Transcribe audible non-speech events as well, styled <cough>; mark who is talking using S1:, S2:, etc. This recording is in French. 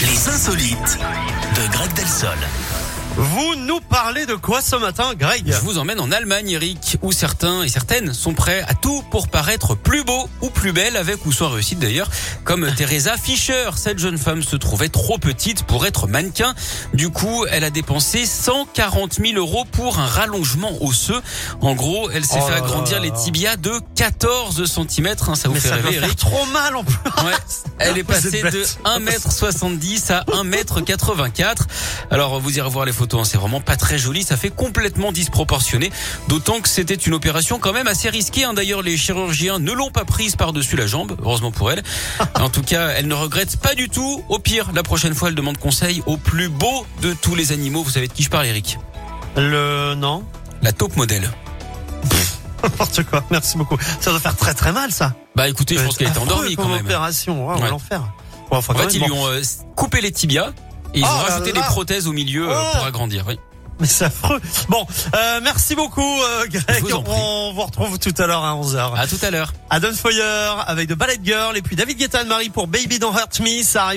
S1: Les insolites de Greg Delsol.
S2: Vous nous parlez de quoi ce matin, Greg
S3: Je vous emmène en Allemagne, Eric, où certains et certaines sont prêts à tout pour paraître plus beau ou plus belle, avec ou sans réussite d'ailleurs,
S2: <laughs>
S3: comme Teresa Fischer. Cette jeune femme se trouvait trop petite pour être mannequin. Du coup, elle a dépensé 140 000 euros pour un rallongement osseux. En gros, elle s'est
S2: Oh
S3: fait
S2: là
S3: agrandir
S2: là
S3: les
S2: là.
S3: tibias de 14 cm. hein, ça vous
S2: Mais
S3: fait
S2: ça doit
S3: rêver,
S2: faire
S3: Eric
S2: trop mal en plus.
S3: Ouais. Elle
S2: Ah, Vous
S3: est
S2: êtes
S3: passée de
S2: bête. bah,
S3: 1m70 à 1m84. Alors vous irez voir les photos, hein, c'est vraiment pas très joli, ça fait complètement disproportionné, d'autant que c'était une opération quand même assez risquée. hein. D'ailleurs les chirurgiens ne l'ont pas prise par-dessus la jambe, heureusement pour elle. En tout cas, elle ne regrette pas du tout. Au pire, la prochaine fois, elle demande conseil au plus beau de tous les animaux. Vous savez de qui je parle, Eric
S2: Le non,
S3: La taupe modèle.
S2: n'importe quoi. Merci beaucoup. Ça doit faire très très mal ça.
S3: Bah écoutez, je pense qu'elle
S2: est
S3: était endormie quand
S2: comme
S3: même.
S2: opération, ouais, on va
S3: Ouais.
S2: l'enfer. Ouais, enfin,
S3: En
S2: quand
S3: fait, ils
S2: même,
S3: lui
S2: bon.
S3: ont euh, coupé les tibias et ils
S2: Oh
S3: ont
S2: là
S3: rajouté
S2: là.
S3: des prothèses au milieu euh,
S2: Oh.
S3: pour agrandir. oui.
S2: Mais c'est affreux. Bon, euh, merci beaucoup euh, Greg.
S3: Je vous en prie. Ah.
S2: on vous retrouve tout à l'heure à 11h.
S3: À tout à l'heure.
S2: Adam Foyer avec The Ballet Girl et puis David Guetta Marie pour Baby Don't Hurt Me. Ça arrive